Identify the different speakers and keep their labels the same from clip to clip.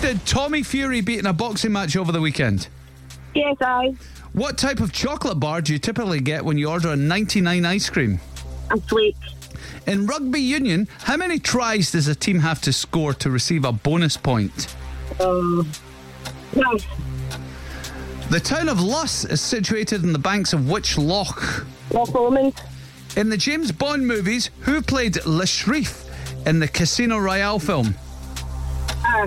Speaker 1: did Tommy Fury beat in a boxing match over the weekend?
Speaker 2: Yes, I.
Speaker 1: What type of chocolate bar do you typically get when you order a 99 ice cream?
Speaker 2: I'm sweet.
Speaker 1: In rugby union, how many tries does a team have to score to receive a bonus point?
Speaker 2: Um, no,
Speaker 1: The town of Luss is situated on the banks of which loch?
Speaker 2: Loch Lomond.
Speaker 1: In the James Bond movies, who played Le Shrif in the Casino Royale film?
Speaker 2: Ah,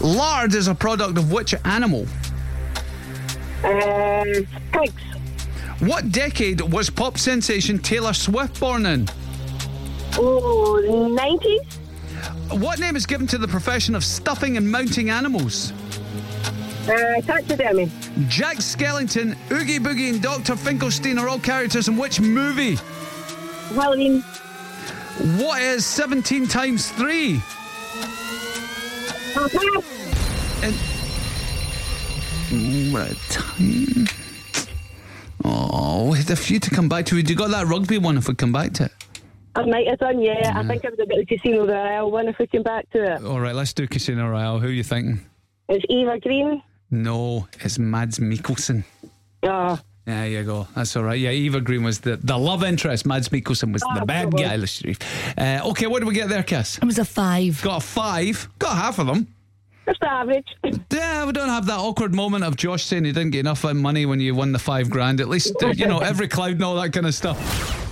Speaker 1: Lard is a product of which animal?
Speaker 2: uh, pigs.
Speaker 1: What decade was pop sensation Taylor Swift born in?
Speaker 2: Oh, 90s?
Speaker 1: What name is given to the profession of stuffing and mounting animals?
Speaker 2: Uh, taxidermy.
Speaker 1: Jack Skellington, Oogie Boogie, and Dr. Finkelstein are all characters in which movie?
Speaker 2: Halloween.
Speaker 1: What is 17 times 3?
Speaker 2: Ah,
Speaker 1: And. Mm, What a time. Oh, we had a few to come back to. Would you got that rugby one if we come back to it?
Speaker 2: I might have done, yeah. I think I was a bit of casino there. I'll win if we came back to it.
Speaker 1: All right, let's do Casino Royale. Who are you thinking?
Speaker 2: It's Eva Green.
Speaker 1: No, it's Mads Mikkelsen.
Speaker 2: Ah,
Speaker 1: There you go. That's all right. Yeah, Eva Green was the, the love interest. Mads Mikkelsen was the bad
Speaker 2: Absolutely.
Speaker 1: guy, Le Sharif. Uh, okay, what did we get there, Cass?
Speaker 3: It was a five.
Speaker 1: Got a five. Got half of them.
Speaker 2: just average.
Speaker 1: Yeah, we don't have that awkward moment of Josh saying he didn't get enough money when you won the five grand. At least, uh, you know, every cloud and all that kind of stuff.